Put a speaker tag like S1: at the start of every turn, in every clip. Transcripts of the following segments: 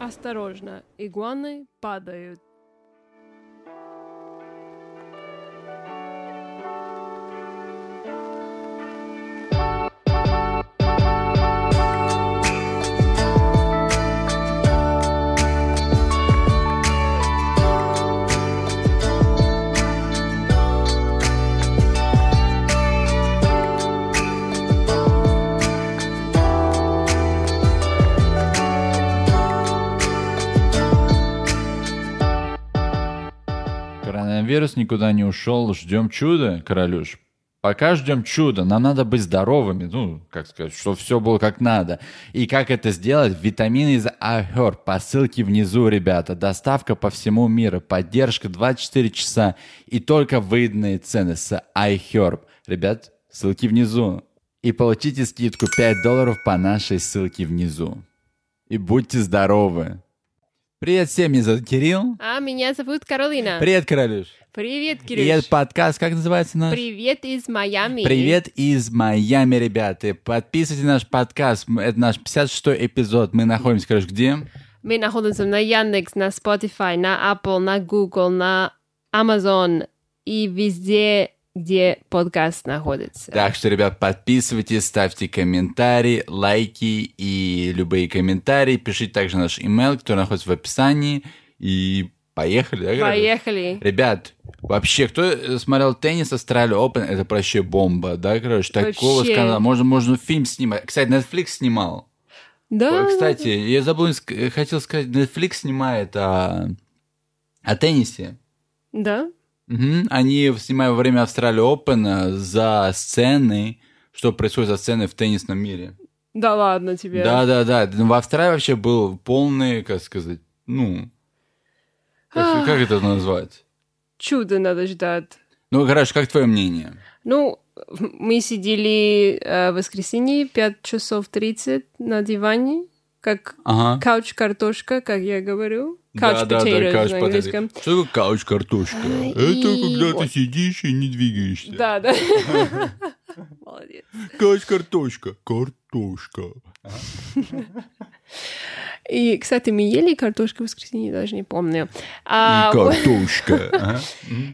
S1: Осторожно, игуаны падают.
S2: Коронавирус никуда не ушел. Ждем чуда, королюш. Пока ждем чуда. Нам надо быть здоровыми. Ну, как сказать, чтобы все было как надо. И как это сделать? Витамины из Ахер по ссылке внизу, ребята. Доставка по всему миру. Поддержка 24 часа. И только выданные цены с iHerb. Ребят, ссылки внизу. И получите скидку 5 долларов по нашей ссылке внизу. И будьте здоровы. Привет всем, меня зовут Кирилл.
S1: А меня зовут Каролина.
S2: Привет, королюш.
S1: Привет,
S2: И этот
S1: Кирюш.
S2: подкаст, как называется наш?
S1: Привет из Майами.
S2: Привет из Майами, ребята. Подписывайте наш подкаст. М, Это наш 56-й эпизод. Мы находимся, короче, где?
S1: Мы находимся на Яндекс, на Spotify, на Apple, на Google, на Amazon и везде, где подкаст находится.
S2: Так что, ребят, подписывайтесь, ставьте комментарии, лайки и любые комментарии. Пишите также наш имейл, который находится в описании. И поехали, да, короче?
S1: Поехали.
S2: Ребят, вообще, кто э, смотрел теннис Австралия Open, это вообще бомба, да, короче, такого
S1: Вообще.
S2: скандала. Можно, можно фильм снимать. Кстати, Netflix снимал.
S1: Да.
S2: Ой, Кстати, я забыл, ск- э, хотел сказать, Netflix снимает о, о теннисе.
S1: Да.
S2: Мгм. Они снимают во время Австралии Open за сцены, что происходит за сцены в теннисном мире.
S1: Да ладно тебе.
S2: Да-да-да, в Австралии вообще был полный, как сказать, ну, как,
S1: Ах.
S2: как это назвать?
S1: Чудо надо ждать.
S2: Ну, короче, как твое мнение?
S1: Ну, мы сидели э, в воскресенье 5 часов 30 на диване, как
S2: Ага.
S1: кауч-картошка, как я говорю. Couch
S2: Да-да-да,
S1: potatoes
S2: couch
S1: на
S2: potatoes.
S1: английском.
S2: Что такое кауч-картошка?
S1: А,
S2: Это
S1: и
S2: когда ты
S1: вот.
S2: сидишь и не двигаешься.
S1: Да, да. Молодец.
S2: Кауч-картошка. Картошка.
S1: И, кстати, мы ели картошку в воскресенье, даже не помню. А,
S2: картошка. Ага.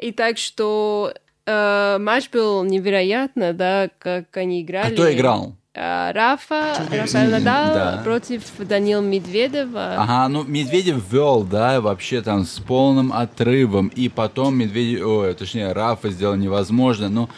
S1: и так что э, матч был невероятно, да, как они играли.
S2: А кто играл?
S1: Э, Рафа, Рафаэль Надал
S2: Да.
S1: против Данил Медведева.
S2: Ага, ну Медведев вел, да, вообще там с полным отрывом. И потом Медведев, ой, точнее, Рафа сделал невозможно. Но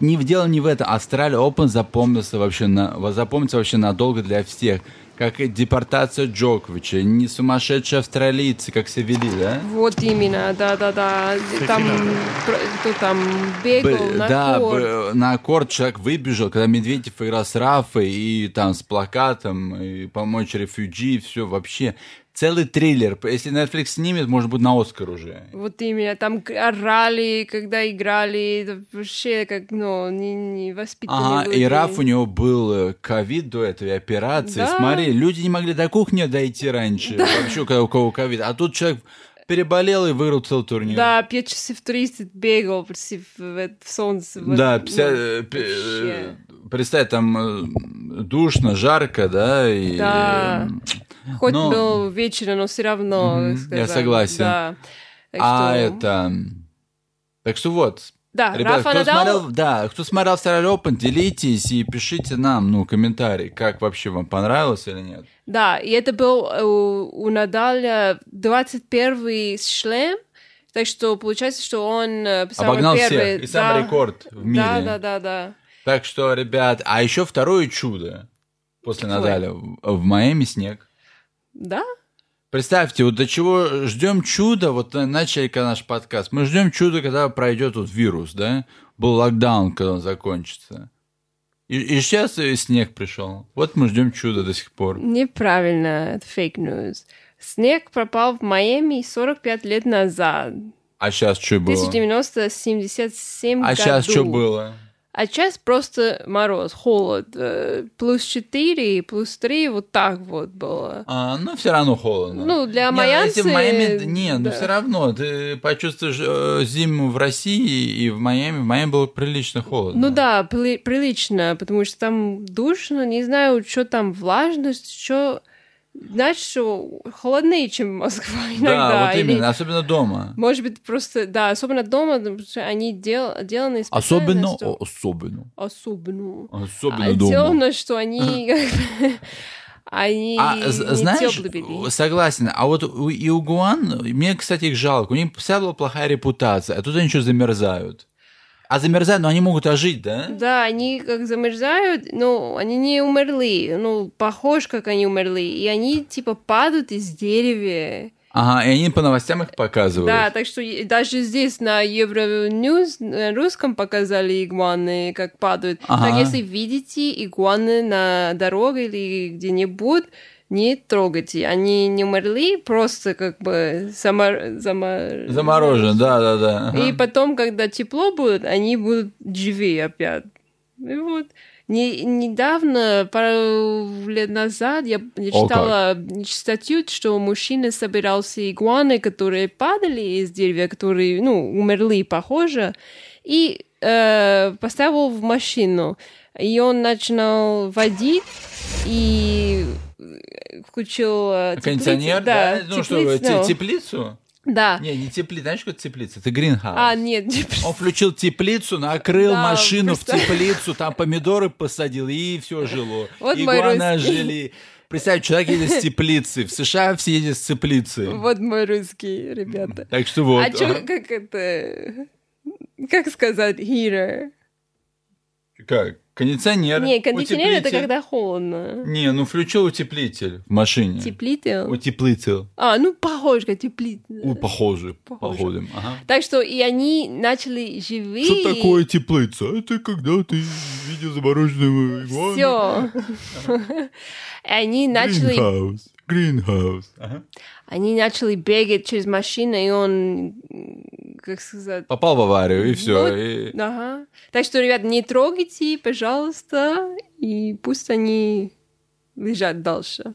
S2: не в дело не в этом. Австралия Open запомнился вообще на, во- запомнится вообще надолго для всех. Как и депортация Джоковича, не сумасшедшие австралийцы, как себя вели, да?
S1: Вот именно, да-да-да. Там, про- кто там бегал
S2: Б-
S1: на
S2: да,
S1: корт.
S2: б- на корт человек выбежал, когда Медведев играл с Рафой и там с плакатом, и помочь рефюджи, все вообще. Целый триллер. Если Netflix снимет, может быть, на Оскар уже.
S1: Вот именно, там к- орали, когда играли, это вообще как, ну, не, не воспитанные
S2: Ага,
S1: были.
S2: и Раф у него был э, ковид до этой операции.
S1: Да.
S2: Смотри, люди не могли до кухни дойти раньше, вообще, когда у кого ковид. А тут человек переболел и выиграл целый турнир.
S1: Да, 5 часов 30 бегал против, э, в солнце. вот,
S2: Да,
S1: ну,
S2: 50, э, пи- э,
S1: вообще.
S2: представь, там э, душно, жарко, да, и
S1: Да.
S2: э,
S1: Хоть
S2: но-
S1: был вечера, но все равно,
S2: Мгм,
S1: так сказать,
S2: я согласен.
S1: Да. Так
S2: А
S1: что-
S2: это... Так что вот,
S1: Да,
S2: ребят,
S1: Рафа
S2: кто
S1: Надал,
S2: смотрел, да, кто смотрел Австралия Open, делитесь и пишите нам, ну, комментарий, как вообще вам понравилось или нет.
S1: да, и это был э, у, у Надаля 21 шлем, так что получается, что он э, самый
S2: Обогнал
S1: первый.
S2: всех, и самый
S1: да.
S2: рекорд в мире.
S1: Да, да, да, да.
S2: Так что, ребят, а еще второе чудо после
S1: Какое?
S2: Надаля. В в Майами снег.
S1: Да?
S2: Представьте, вот до чего ждем чуда, вот на- начали когда наш подкаст. Мы ждем чуда, когда пройдет вот вирус, да? Был локдаун, когда он закончится. И, сейчас снег пришел. Вот мы ждем чуда до сих пор.
S1: Неправильно, это фейк news. Снег пропал в Майами 45 лет назад.
S2: А сейчас что было?
S1: 1977
S2: А
S1: году.
S2: сейчас что было?
S1: А сейчас просто мороз, холод. э, Плюс 4, плюс 3, вот так вот было.
S2: А, ну, все равно холодно.
S1: Ну, для
S2: Не, ну, если в
S1: майянцы,
S2: Майами... Не, ну,
S1: да.
S2: все равно. Ты почувствуешь э, зиму в России и в Майами. В Майами было прилично холодно.
S1: Ну да, пли- прилично, потому что там душно, не знаю, что там влажность, что... знаешь, что холоднее, чем Москва иногда.
S2: Да, вот
S1: или-
S2: именно, особенно дома.
S1: Может быть, просто, да, особенно дома, потому что они дел, деланы специально,
S2: Особенно,
S1: что-
S2: о- особенно,
S1: Особенно.
S2: особенно
S1: А
S2: дома.
S1: Сделано, что они... как бы, Они
S2: А
S1: не
S2: з- знаешь,
S1: тёплые были.
S2: согласен, а вот у Иугуан, мне, кстати, их жалко, у них вся была плохая репутация, а тут они что замерзают. А замерзают, но они могут ожить, да?
S1: Да, они как замерзают, но они не умерли. Ну, похож, как они умерли. И они, типа, падают из дерева.
S2: Ага, и они по новостям их показывают.
S1: Да, так что и- даже здесь на Евроньюз на русском показали игуаны, как падают.
S2: Ага.
S1: Так если видите игуаны на дороге или где-нибудь, не трогайте. Они не умерли, просто как бы замор... замор-
S2: Заморожено, да, да, да. ага.
S1: И потом, когда тепло будет, они будут живее опять. И вот. Не- недавно, пару лет назад, я я
S2: О,
S1: читала статью, что мужчина собирался игуаны, которые падали из деревья, которые, ну, умерли, похоже, и э, поставил в машину. И он начинал водить, и э, включил... э,
S2: А Кондиционер,
S1: теплицы-
S2: да? Ну что,
S1: теплицы,
S2: те-
S1: да.
S2: теплицу?
S1: Да.
S2: Не, не теплица, знаешь, что это теплица? Это гринхаус.
S1: А, нет,
S2: Он включил теплицу, накрыл
S1: Да,
S2: машину
S1: представь.
S2: в теплицу, там помидоры посадил, и все жило.
S1: Вот мой
S2: Игуана
S1: русский.
S2: жили. Представь, человек едет с теплицы. В США все едят с теплицы.
S1: Вот мой русский, ребята.
S2: Так что вот.
S1: А чё, как это... Как сказать heater?
S2: Как? Кондиционер.
S1: Не, кондиционер это
S2: утеплитель.
S1: когда холодно.
S2: Не, ну включил утеплитель в машине.
S1: Теплитель?
S2: Утеплитель.
S1: А, ну похоже, как теплитель.
S2: У, похоже.
S1: Похоже.
S2: Походим. Ага.
S1: Так что и они начали живые.
S2: Что такое теплица? Это когда ты видел замороженного игуану.
S1: Все. Они начали
S2: Гринхаус. Гринхаус.
S1: Они начали бегать через машину, и он, м, как сказать...
S2: Попал в аварию, и все.
S1: Вот. Ага. Так что, ребят, не трогайте, пожалуйста, и пусть они лежат дальше.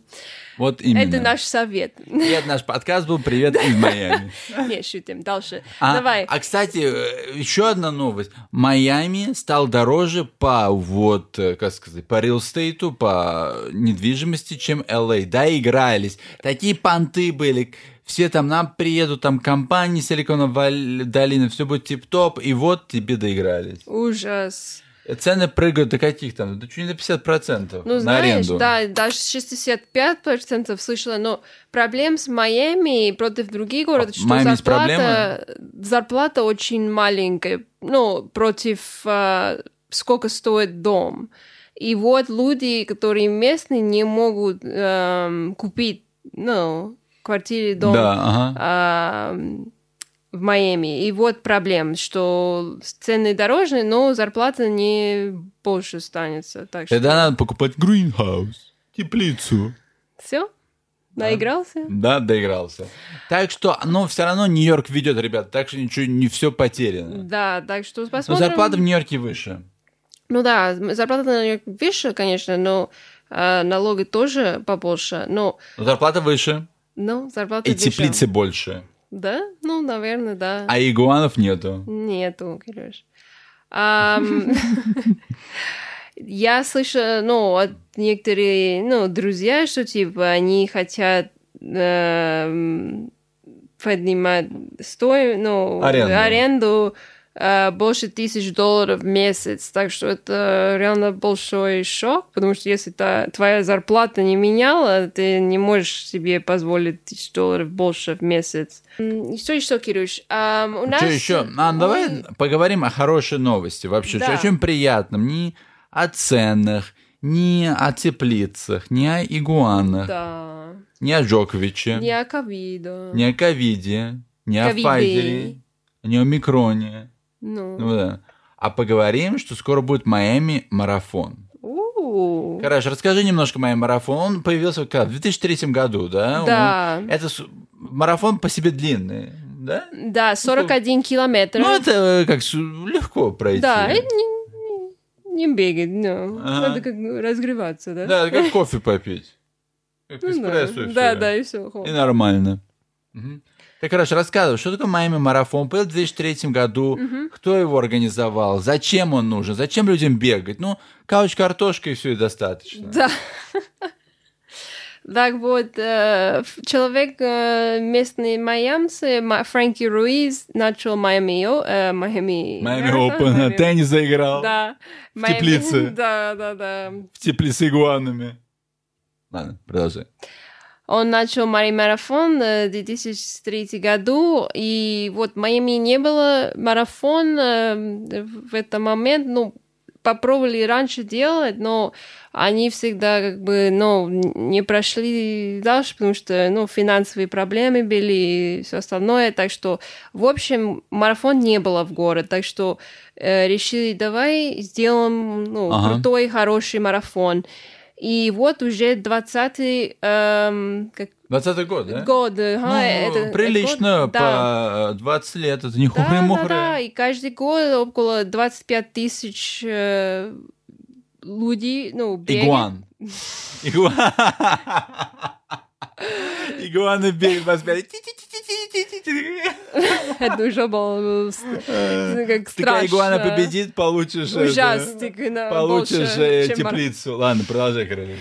S2: Вот именно.
S1: Это наш совет.
S2: Привет, наш подкаст был «Привет из Майами».
S1: Не, шутим, дальше.
S2: А,
S1: Давай.
S2: а, кстати, еще одна новость. Майами стал дороже по, вот, э, как сказать, по реалстейту, по недвижимости, чем LA. Доигрались. Такие понты были. Все там нам приедут, там компании Силиконовой долины, все будет тип-топ, и вот тебе доигрались. Э,
S1: Ужас.
S2: Цены прыгают до каких там? Да чуть не до 50%
S1: Ну,
S2: на
S1: знаешь,
S2: аренду.
S1: да, даже 65% слышала, но проблем с Майами против других городов, что
S2: А, Майами есть
S1: зарплата, зарплата очень маленькая, ну, против а, сколько стоит дом. И вот люди, которые местные, не могут эм, купить, ну, квартиры, дом.
S2: Да, ага.
S1: а, в Майами. И вот проблем, что цены дорожные, но зарплата не больше останется. Так что
S2: Тогда надо покупать гринхаус, теплицу.
S1: все, наигрался.
S2: Да, доигрался. Так что, но все равно Нью-Йорк ведет, ребят, так что ничего, не все потеряно.
S1: Да, так что
S2: Но
S1: посмотрим.
S2: зарплата в Нью-Йорке выше.
S1: Ну да, зарплата наверное, выше, конечно, но э, налоги тоже побольше. Но,
S2: Но зарплата выше,
S1: но зарплата
S2: и
S1: выше.
S2: теплицы больше.
S1: Да? Ну, наверное, да.
S2: А игуанов нету.
S1: Нету, Кирюш. Ам, Я слышала, ну, от некоторых, ну, друзья, что, типа, они хотят эм, поднимать стоимость, ну,
S2: Аренду.
S1: аренду э, больше тысяч долларов в месяц. Так что это реально большой шок, потому что если та- твоя зарплата не меняла, ты не можешь себе позволить тысяч долларов больше в месяц. М, Что еще, Кирюш? Ам, у
S2: Что
S1: нас-
S2: еще? А, давай
S1: мы-
S2: поговорим о хорошей новости вообще.
S1: Да.
S2: О чем приятном? Не о ценах, не о теплицах, не о игуанах,
S1: Да.
S2: не о Джоковиче,
S1: Не о ковида.
S2: не о ковиде, не о
S1: Ковиде.
S2: Файзере, не о микроне.
S1: Ну.
S2: Ну да. А поговорим, что скоро будет Майами марафон.
S1: У.
S2: Хорошо, расскажи немножко Майами марафон. Он появился когда? в 2003 году, да?
S1: Да.
S2: Он- это с- марафон по себе длинный, да?
S1: Да, 41 километр.
S2: Ну, это э, как с- легко пройти.
S1: Да, и не, не- не бегать, ну.
S2: Ага.
S1: Надо как бы разгреваться, да?
S2: Да, это как кофе попить. Как
S1: Ну да.
S2: эспрессо и всё.
S1: да, да, и все.
S2: И нормально. Мгм. Так, хорошо, рассказывай, что такое Майами марафон? Был в 2003 году, кто его организовал, зачем он нужен, зачем людям бегать? Ну, кауч-картошка и все, и достаточно.
S1: Да. Так вот, э, ф- человек, э, местный майамцы, Ма- Фрэнки Руиз, начал Майами, О- э, Майами...
S2: Майами
S1: Мэр, да,
S2: Open
S1: Майами-
S2: теннис заиграл.
S1: Да. В
S2: теплице.
S1: Да, да, да.
S2: В тепле с игуанами. Ладно, продолжай.
S1: Он начал Майами-марафон в 2003 году, и вот в Майами не было марафон э, в этот момент, ну, попробовали раньше делать, но они всегда как бы, ну, не прошли дальше, потому что, ну, финансовые проблемы были и все остальное, так что, в общем, марафон не было в город, так что э, решили, давай сделаем, ну,
S2: Ага.
S1: крутой, хороший марафон. И вот уже 20-й эм, как
S2: 20 год, да?
S1: год. э,
S2: Ну,
S1: ага, это- это
S2: прилично,
S1: год, да.
S2: по э, 20 лет, это не
S1: Да, да,
S2: хухры-мухры.
S1: да, и каждый год около 25 тысяч э, людей, ну, бегают.
S2: Игуан. Игуан. Игуаны бегают вас пять.
S1: Это уже было э, с- ну, как страшно.
S2: Такая игуана победит, получишь... это,
S1: Ужастик, да,
S2: Получишь
S1: больше,
S2: э,
S1: чем мар-
S2: теплицу. Ладно, продолжай, королева.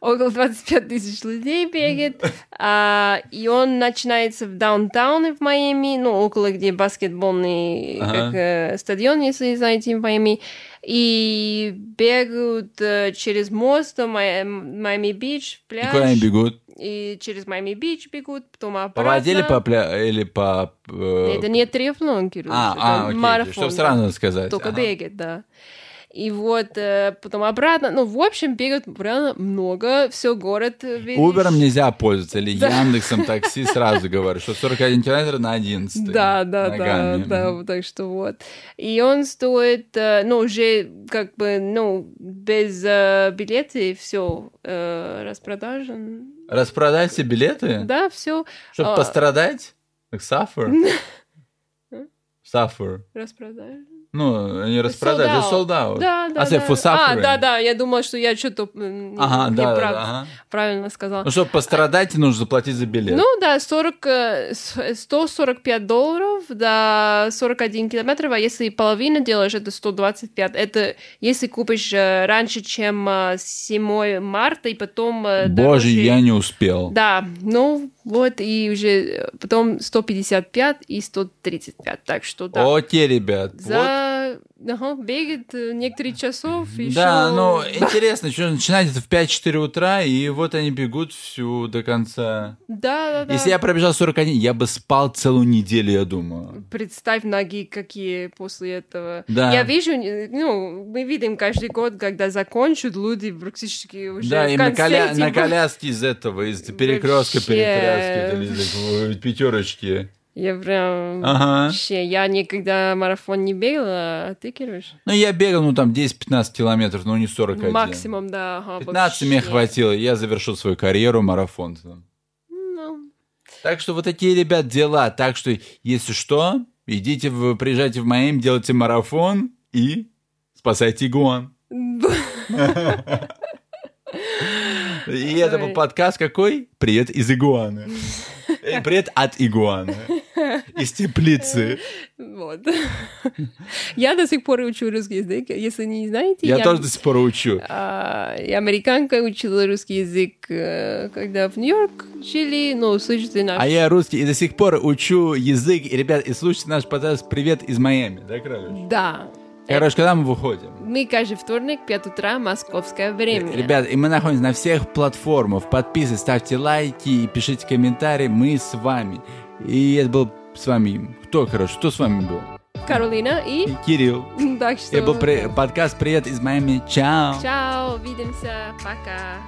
S1: около 25 тысяч людей бегает. А, и он начинается в даунтауне в Майами, ну, около где баскетбольный
S2: Ага.
S1: как, э, стадион, если знаете, в Майами. И бегают э, через мост, до Май- Майами-Бич,
S2: И куда они
S1: пляж.
S2: бегут?
S1: И через Майами-Бич бегут, потом
S2: По
S1: обратно.
S2: воде или по... пля- Или по... э,
S1: Это не триатлон, Кирюш, это
S2: А, а, окей,
S1: Ну, марафон,
S2: чтобы
S1: да.
S2: сразу сказать.
S1: Только
S2: Ага.
S1: бегает, да. И вот э, потом обратно. Ну, в общем, бегают реально много. Все город э, видишь.
S2: Убером нельзя пользоваться, или
S1: Да.
S2: Яндексом такси сразу говорю, что 41 километр на 11.
S1: Да, да,
S2: ногами.
S1: да, да, так что вот. И он стоит, э, ну, уже как бы, ну, без э, билета и все распродажен.
S2: Распродать все билеты,
S1: Да, все
S2: чтобы
S1: а.
S2: пострадать, как сафер. Сафер.
S1: распродажен.
S2: Ну, не распродать,
S1: Sold
S2: это
S1: out.
S2: sold out.
S1: Да, да,
S2: I said
S1: да.
S2: for
S1: А,
S2: suffering.
S1: да, да, я думала, что я что-то м,
S2: Ага,
S1: не
S2: да, да,
S1: прав-
S2: да, ага.
S1: правильно сказала.
S2: Ну, чтобы пострадать, нужно заплатить за билет.
S1: Ну да, 40, э, с- 145 долларов до 41 километров, а если половину делаешь, это 125. Это если купишь э, раньше, чем э, 7 марта, и потом... э,
S2: Боже,
S1: дороже.
S2: я не успел.
S1: Да, ну вот, и уже э, потом 155 и 135, так что да.
S2: Окей, ребят. вот.
S1: За... Ага, бегает э, некоторые часов еще...
S2: Да, ну, интересно, что начинать это в 5-4 утра, и вот они бегут всю до конца.
S1: Да, да, да.
S2: Если я пробежал 41, я бы спал целую неделю, я думаю.
S1: Представь ноги, какие после этого.
S2: Да.
S1: Я вижу, э, ну, мы видим каждый год, когда закончат, люди практически уже
S2: Да,
S1: в
S2: и на,
S1: конце,
S2: коля- на
S1: типа.
S2: коляске из этого, из перекрестка,
S1: Вообще.
S2: перетряски, это из- из пятерочки.
S1: Я прям...
S2: Ага.
S1: Вообще, я никогда марафон не бегала, а ты, Кирюш?
S2: Ну, я бегал, ну, там, 10-15 километров, но не 41.
S1: Максимум, да. Ага,
S2: 15 мне
S1: вообще.
S2: хватило, я завершил свою карьеру марафонцем.
S1: Ну,
S2: Так что вот такие, ребят, дела. Так что, если что, идите, в, приезжайте в Майами, делайте марафон и спасайте игуан. И это был
S1: Ой.
S2: подкаст какой? Привет из игуаны. Э, Привет от игуаны. Из теплицы.
S1: вот. Я до сих пор учу русский язык, если не знаете.
S2: Я тоже до сих пор учу.
S1: А, и американка учила русский язык, э, когда в Нью-Йорк жили, ну, слышите наш...
S2: А я русский и до сих пор учу язык. И, ребят, и слушайте наш подкаст «Привет из Майами». Да, Кролюш?
S1: Да.
S2: Короче, когда мы выходим?
S1: Мы каждый вторник, 5 утра, московское время.
S2: Э, Ребят, и мы находимся на всех платформах. Подписывайтесь, ставьте лайки и пишите комментарии. Мы с вами. И это был с вами... Кто, короче, кто с вами был?
S1: Каролина и...
S2: И Кирилл.
S1: Так что...
S2: Это был при- подкаст «Привет из Майами». Чао.
S1: Чао, увидимся, пока.